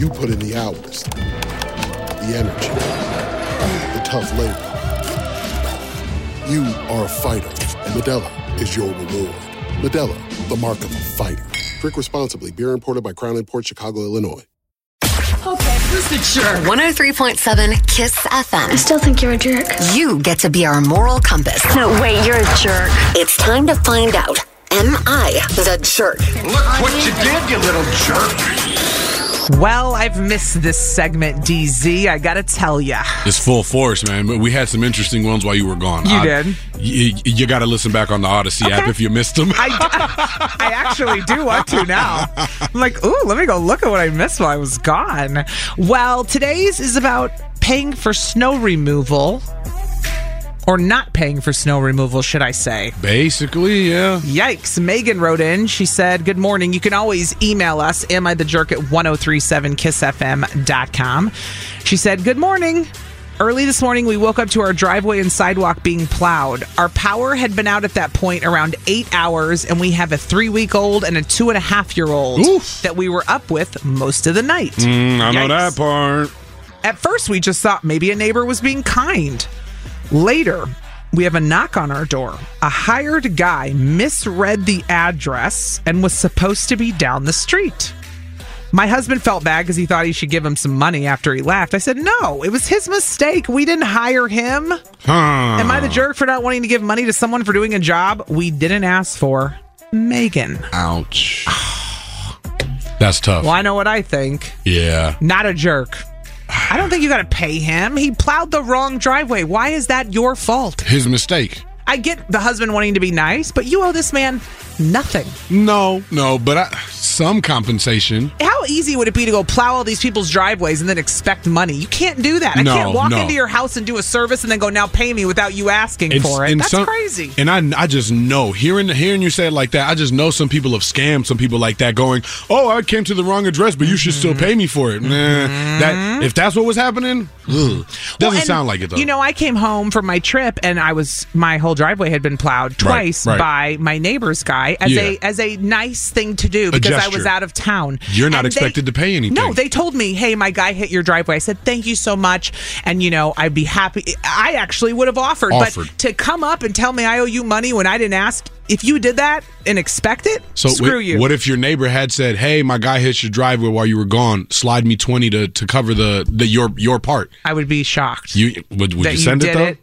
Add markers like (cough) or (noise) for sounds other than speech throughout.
You put in the hours, the energy, the tough labor. You are a fighter, and Medella is your reward. Medella, the mark of a fighter. Drink responsibly. Beer imported by Crown Port Chicago, Illinois. Sure. 103.7 Kiss I FM. still think you're a jerk. You get to be our moral compass. No, wait, you're a jerk. It's time to find out. Am I the jerk? Look what you did, you little jerk. Well, I've missed this segment, DZ. I gotta tell ya. It's full force, man. But we had some interesting ones while Oh, you were gone. You I- did. y- you got to listen back on the Odyssey app if you missed them. I, I actually do want to now. I'm like, ooh, let me go look at what I missed while I was gone. Well, today's is about paying for snow removal or not paying for snow removal, should I say. Basically, yeah. Yikes. Megan wrote in. She said, Good morning. You can always email us, am I the jerk at 1037kissfm.com. She said, Good morning. Early this morning, we woke up to our driveway and sidewalk being plowed. Our power had been out at that point around eight hours, and we have a three week old and a two and a half year old Oof. that we were up with most of the night. Mm, I know Yikes. that part. At first, we just thought maybe a neighbor was being kind. Later, we have a knock on our door. A hired guy misread the address and was supposed to be down the street. My husband felt bad because he thought he should give him some money after he left. I said, No, it was his mistake. We didn't hire him. Huh. Am I the jerk for not wanting to give money to someone for doing a job we didn't ask for? Megan. Ouch. (sighs) That's tough. Well, I know what I think. Yeah. Not a jerk. I don't think you got to pay him. He plowed the wrong driveway. Why is that your fault? His mistake. I get the husband wanting to be nice, but you owe this man nothing. No, no, but I, some compensation. How easy would it be to go plow all these people's driveways and then expect money? You can't do that. No, I can't walk no. into your house and do a service and then go now pay me without you asking And- for it. and That's some- crazy. And I, I just know hearing hearing you say it like that, I just know some people have scammed some people like that, going, "Oh, I came to the wrong address, but you should still pay me for it." Nah, that if that's what was happening, ugh. doesn't Well, and, sound like it though. You know, I came home from my trip and I was my whole whole driveway had been plowed twice right. by my neighbor's guy as Yeah. a as a nice thing to do A because I was gesture. out of town. You're not And they- expected to pay anything. No, they told me, "Hey, my guy hit your driveway." I said, "Thank you so much," and you know, I'd be happy. I actually would have offered, Offered. but to come up and tell me I owe you money when I didn't ask, if you did that and expect it, So screw what, you. what if your neighbor had said, "Hey, my guy hit your driveway while you were gone. Slide me twenty to to cover the, the your your part." I would be shocked. You would, would that you send did it though?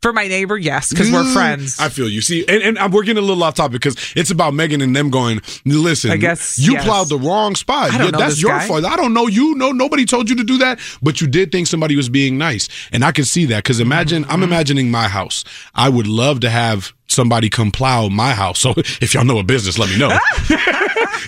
for my neighbor? Yes, because we're Mm, friends. I feel you. See, and, and I'm- we're getting a little off topic because it's about Megan and them going. Listen, I guess, you yes. plowed the wrong spot. I don't Yeah, know that's this your guy. fault. I don't know you. No, nobody told you to do that, but you did think somebody was being nice, and I can see that because imagine I'm Mm-hmm. imagining my house. I would love to have somebody come plow my house. So (laughs) if y'all know a business, let me (laughs) know.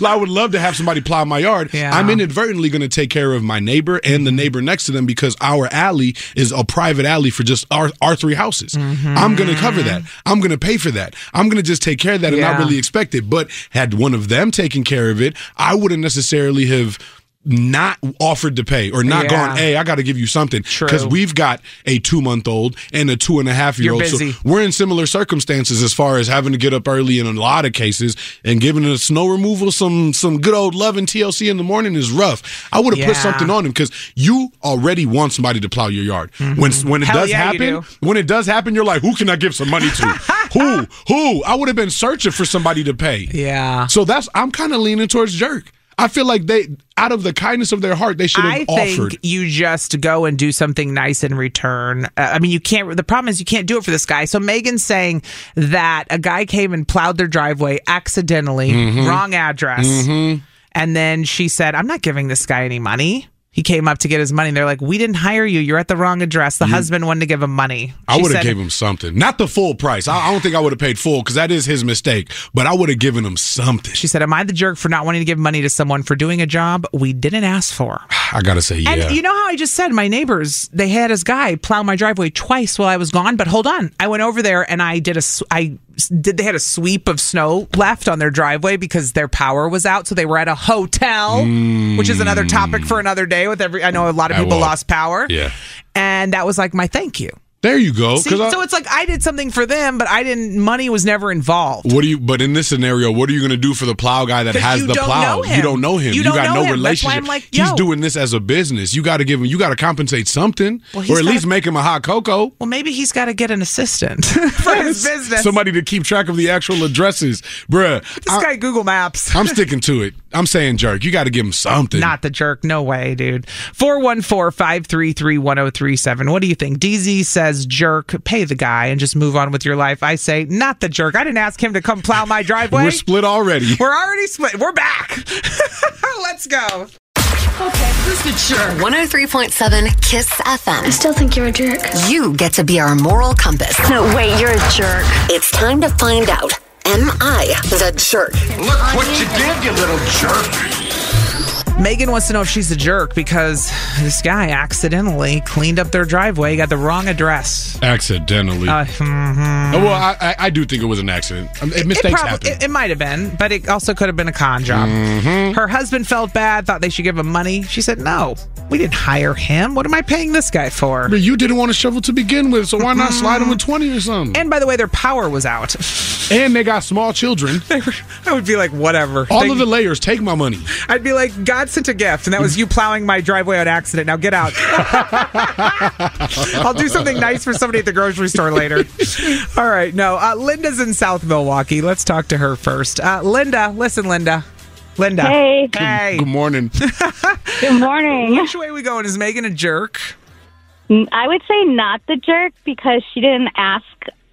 I would love to have somebody plow my yard. I'm inadvertently going to take care of my neighbor and Mm-hmm. the neighbor next to them because our alley is a private alley for just our, our three houses. Mm-hmm. I'm going to cover that. I'm going to pay for that. I'm going to just take care of that and Yeah. not really expect it. But had one of them taken care of it, I wouldn't necessarily have not offered to pay or not Yeah. gone hey i gotta give you something because we've got a two month old and a two and a half year old You're so busy. we're in similar circumstances as far as having to get up early in a lot of cases and giving a snow removal some some good old love and TLC in the morning is rough. I would have put Yeah. something on him because you already want somebody to plow your yard. When when it Mm-hmm. Hell does yeah, you happen, when it does happen, you're like, who can I give some money (laughs) to? who who? I would have been searching for somebody to pay. Yeah. So that's I'm kind of leaning towards jerk. I feel like they out of the kindness of their heart they should I have offered. think you just go and do something nice in return. Uh, I mean, you can't. The problem is you can't do it for this guy. So Megan's saying that a guy came and plowed their driveway accidentally, Mhm. wrong address, Mm-hmm. and then she said, "I'm not giving this guy any money." He came up to get his money. and They're like, "We didn't hire you. You're at the wrong address." The husband wanted to give him money. Mm-hmm. I She would have said, gave him something, not the full price. I, I don't think I would have paid full because that is his mistake. But I would have given him something. She said, "Am I the jerk for not wanting to give money to someone for doing a job we didn't ask for?" I gotta say, yeah. And you know how I just said my neighbors, they had this guy plow my driveway twice while I was gone, but hold on. I went over there and I did a s- I s- did they had a sweep of snow left on their driveway because their power was out, so they were at a hotel, which is another topic for another day with every I know a lot of Mm. I people will. lost power. yeah. And that was like my thank you. There you go. See, 'cause I- so it's like I did something for them, but I didn't money was never involved. what do you? But in this scenario, what are you gonna do for the plow guy (laughs) that 'Cause has you the don't plow? know him. You don't know him. You You, don't got know no him. That's why relationship. I'm like, He's yo. doing this as a business. You got to give him. You got to compensate something, Well, he's or at gotta- least make him a hot cocoa. Well, maybe he's got to get an assistant (laughs) for his business. Somebody to keep track of the actual addresses, bruh. this guy Google Maps. I'm sticking to it. I'm saying jerk. You got to give him something. Not the jerk. No way, dude. 414 533 1037. What do you think? DZ says jerk, pay the guy and just move on with your life. I say, not the jerk. I didn't ask him to come plow my driveway. We're split already. We're already split. We're back. (laughs) Let's go. Okay, who's the jerk? 103.7 Kiss FM. I still think you're a jerk. You get to be our moral compass. No, wait, you're a jerk. It's time to find out. Am I the jerk? Look what you did, you little jerk. Megan wants to know if she's a jerk because this guy accidentally cleaned up their driveway, got the wrong address. Accidentally. Uh, mhm. Oh, well, I, I, I do think it was an accident. Um, it- mistakes prob- happen. It, it might have been, but it also could have been a con job. Mm-hmm. Her husband felt bad, thought they should give him money. She said, "No, we didn't hire him. What am I paying this guy for?" but you didn't want to shovel to begin with, so why not slide them with 20 or something? Mm-hmm. And by the way, their power was out. (laughs) And they got small children. I would be like, whatever. All They- of the layers, take my money. I'd be like, God sent a gift, and that was you plowing my driveway on accident. Now get out. I'll do something nice for somebody at the grocery store later. (laughs) All right, no. Uh, Linda's in South Milwaukee. Let's talk to her first. Uh, Linda, listen, Linda. Linda. Hey. Hey. Good morning. Good morning. Which way we going? Is Megan a jerk? Mm, I would say not the jerk because she didn't ask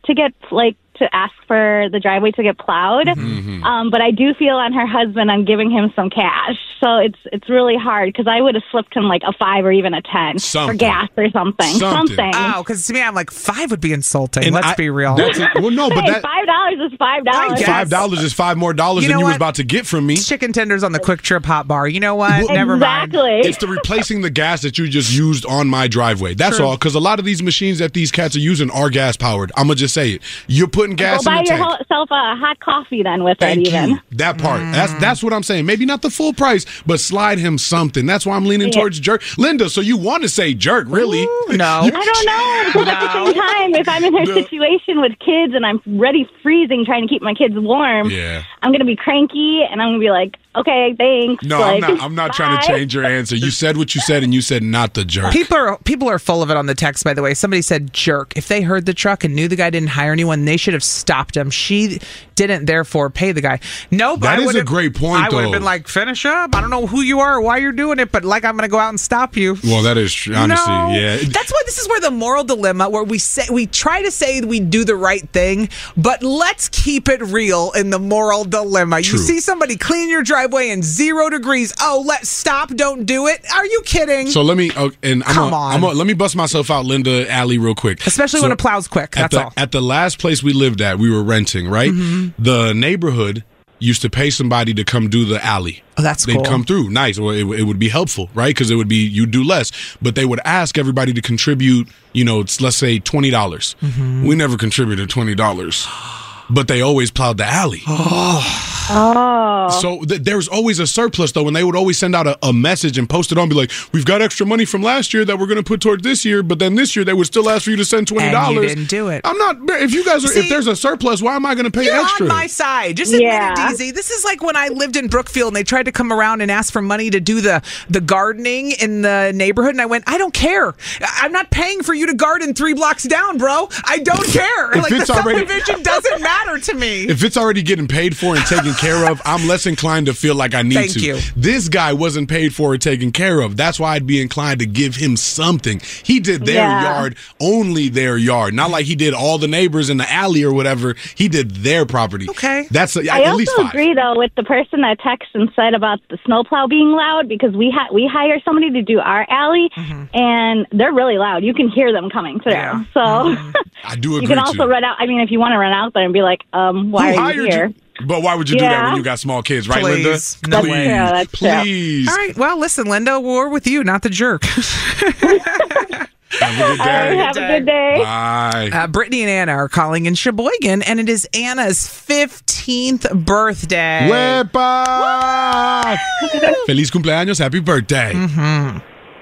to get like to ask for the driveway to get plowed. Mm-hmm. Um, but I do feel on her husband on giving him some cash, so it's it's really hard because I would have slipped him like a five or even a ten for Something. gas or something. Something. Oh, because to me, I'm like five would be insulting. And Let's I- be real. that's it. Well, no, but hey, that. five dollars is five dollars. Five dollars is five more dollars You than know you was what? about to get from me. Chicken tenders on the quick trip hot bar. You know what? Never mind. It's the replacing the gas that you just used on my driveway. That's True. all. Because a lot of these machines that these cats are using are gas powered. I'm gonna just say it. You're putting gas Go buy in the tank. yourself a uh, hot coffee then with Thank it. Even you. That part. That's Mm. that's what I'm saying. Maybe not the full price, but slide him something. That's why I'm leaning Yeah. towards jerk. Linda, so you want to say jerk, really? no. I don't know because at the same time, if I'm in her situation with kids and I'm ready freezing trying to keep my kids warm, Yeah. I'm gonna be cranky and I'm gonna be like, okay, thanks. No, like, I'm not I'm not trying to bye. change your answer. You said what you said and you said not the jerk. People are people are full of it on the text. By the way, somebody said jerk. If they heard the truck and knew the guy didn't hire anyone, they should have stopped him. She didn't, therefore, pay the guy. No, but That I is a would've- great point, I would have though. been like, finish up. I don't know who you are, or why you're doing it, but like, I'm going to go out and stop you. Well, that is tr- honestly, No. yeah. That's why this is where the moral dilemma, where we say we try to say we do the right thing, but let's keep it real in the moral dilemma. You True. see somebody clean your driveway in zero degrees. Oh, let's stop. Don't do it. Are you kidding? So let me oh, and I'm Come gonna- on. I'm gonna- let me bust myself out, Linda Alley, real quick. Especially So- when it plows quick. at That's the, all. At the last place we lived at, we were renting, right? Mhm. The neighborhood used to pay somebody to come do the alley. Oh, that's They'd cool. come through. Nice. Well, it, it would be helpful, right? Because it would be, you'd do less. But they would ask everybody to contribute, you know, it's, let's say $20. dollars Mm-hmm. We never contributed (gasps) $20, but they always plowed the alley. Oh. So th- there was always a surplus though, and they would always send out a, a message and post it on, be like, "We've got extra money from last year that we're going to put toward this year." But then this year they would still ask for you to send twenty And you dollars. didn't do it. I'm not. If you guys are, See- if there's a surplus, why am I going to pay You're extra? on my side. Just admit Yeah. it, DZ. This is like when I lived in Brookfield and they tried to come around and ask for money to do the the gardening in the neighborhood, and I went, I don't care. I- I'm not paying for you to garden three blocks down, bro. I don't care. If like the it's already- (laughs) subdivision doesn't matter to me. if it's already getting paid for and taken care of, I'm less inclined to feel like I need Thank to. you. This guy wasn't paid for or taken care of. That's why I'd be inclined to give him something. He did their Yeah. yard, only their yard. Not like he did all the neighbors in the alley or whatever. He did their property. Okay. That's a, I at also least five. agree though with the person that texted and said about the snowplow being loud because we ha- we hire somebody to do our alley and they're really loud. You can hear them coming through. Yeah. So I do agree. you can too. also run out. I mean, if you want to run out there and be like, um, Who why are you hired here? But why would you do that when Yeah. you got small kids, right, Please. Linda? No please, way. Yeah, that's true. please. All right. Well, listen, Linda, we're with you, not the jerk. (laughs) Have a good All right, day. have a good day. Bye. Uh, Brittany and Anna are calling in Sheboygan, and it is Anna's 15th birthday. Wepa! Feliz cumpleaños, happy birthday.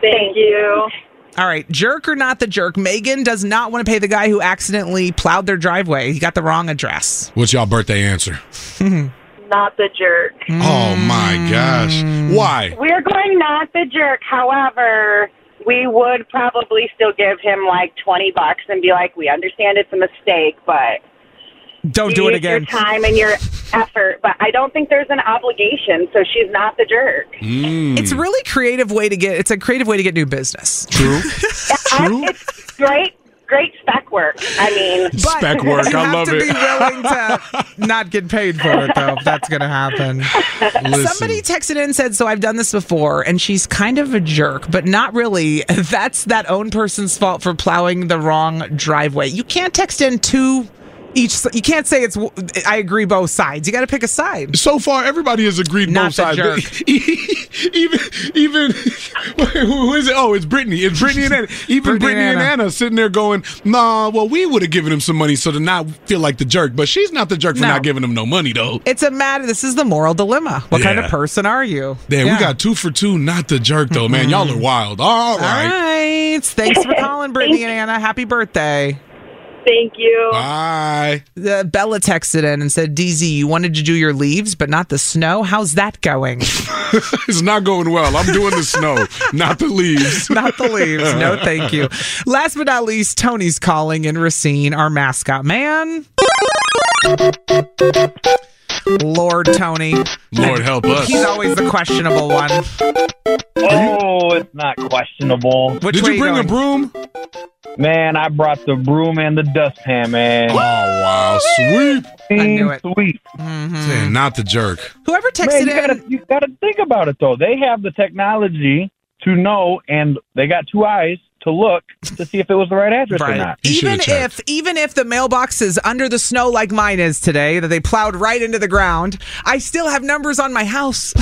Thank you. All right, jerk or not the jerk, Megan does not want to pay the guy who accidentally plowed their driveway. He got the wrong address. What's y'all birthday answer? Not the jerk. Oh my gosh. Why? We're going not the jerk. However, we would probably still give him like 20 bucks and be like, we understand it's a mistake, but Don't you do it used again. your time and your effort. But I don't think there's an obligation, so she's not the jerk. Mm. It's a really creative way to get. It's a creative way to get new (laughs) business. true. I, it's great, great spec work. I mean, Spec work. you I have love to it. be willing (laughs) to not get paid for it, though. If that's going to happen. Listen. Somebody texted in and said, "So I've done this before, and she's kind of a jerk, but not really. (laughs) That's that own person's fault for plowing the wrong driveway. You can't text in two each. You can't say it's. I agree both sides. You got to pick a side." so far, everybody has agreed Not both the sides. jerk. (laughs) even, even, (laughs) who is it? Oh, it's Brittany. It's Brittany and (laughs) Anna. Even Brittany Brittany and and Anna. Anna. sitting there going, "Nah, well, we would have given him some money so to not feel like the jerk." But she's not the jerk for No. not giving him no money though. It's a matter. This is the moral dilemma. What kind Yeah. of person are you? Damn, Yeah. we got two for two. Not the jerk though, man. Y'all are wild. All All right. right. Thanks for calling, Brittany and Anna. Happy birthday. thank you. Bye. (laughs) Uh, Bella texted in and said, DZ, you wanted to do your leaves, but not the snow. How's that going? (laughs) it's not going well. I'm doing the snow, not the leaves. not the leaves. No, thank you. Last but not least, Tony's calling in Racine, our mascot man. Lord Tony. Lord help us. He's always the questionable one. Oh, it's not questionable. Which Did way you bring a broom? Man, I brought the broom and the dustpan, man. Oh wow, sweet. I knew it. Sweet. Man, not the jerk. Whoever Man, texted you gotta, in. you gotta think about it, though. They have the technology to know, and they got two eyes to look to see if it was the right address or Right. not. Even if even if the mailbox is under the snow like mine is today, that they plowed right into the ground, I still have numbers on my house.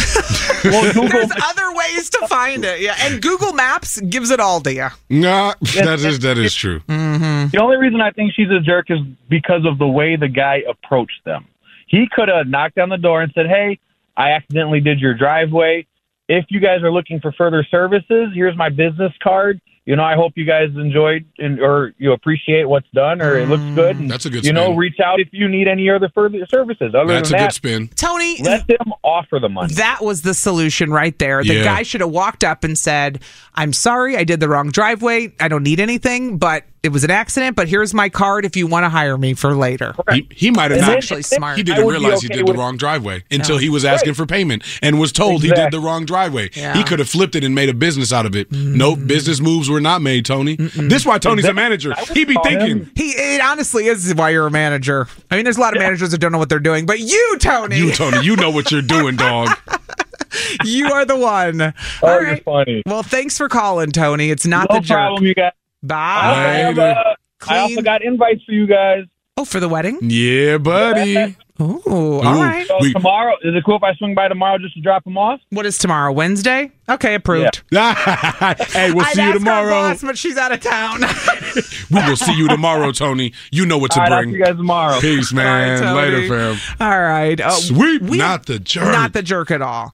(laughs) There's other ways to find it. Yeah, and Google Maps gives it all to you. Nah, (laughs) that is that is true. The only reason I think she's a jerk is because of the way the guy approached them. He could have knocked on the door and said, "Hey, I accidentally did your driveway. If you guys are looking for further services, here's my business card. You know, I hope you guys enjoyed and or you appreciate what's done or it looks good. And, Mm, That's a good You know, spin. reach out if you need any other further services. Other That's a than good that, spin. Tony, let them offer the money. That was the solution right there. The Yeah. guy should have walked up and said, I'm sorry, I did the wrong driveway. I don't need anything, but it was an accident. But here's my card if you want to hire me for later. He, he might have It's not- actually smart. He I didn't would be realize he okay did the with- wrong driveway until he was asking for payment and was told he did Exactly. the wrong driveway. Yeah. Mm. He could have flipped it and made a business out of it. Nope, business moves were not made, Tony. This is why Tony's a manager. He be thinking. He it honestly is why you're a manager. I mean, there's a lot of managers that don't know what they're doing, but you, Tony, You, Tony, you know what you're doing, (laughs) dog. you are the one. (laughs) Oh, you're funny. Well, thanks for calling, Tony. It's not No the jerk. problem, you guys. I Bye. have, uh, I also got invites for you guys. Oh, for the wedding? Yeah, buddy. Oh, all all right. right. So (laughs) tomorrow, is it cool if I swing by tomorrow just to drop them off? What is tomorrow? Wednesday? Okay, approved. hey, we'll I'd see you ask our tomorrow. boss, but she's out of town. (laughs) We will see you tomorrow, Tony. You know what to All right, I'll bring. see you guys tomorrow. Peace, man. Later, fam. All right. Uh, Sweet, we- not the jerk. Not the jerk at all.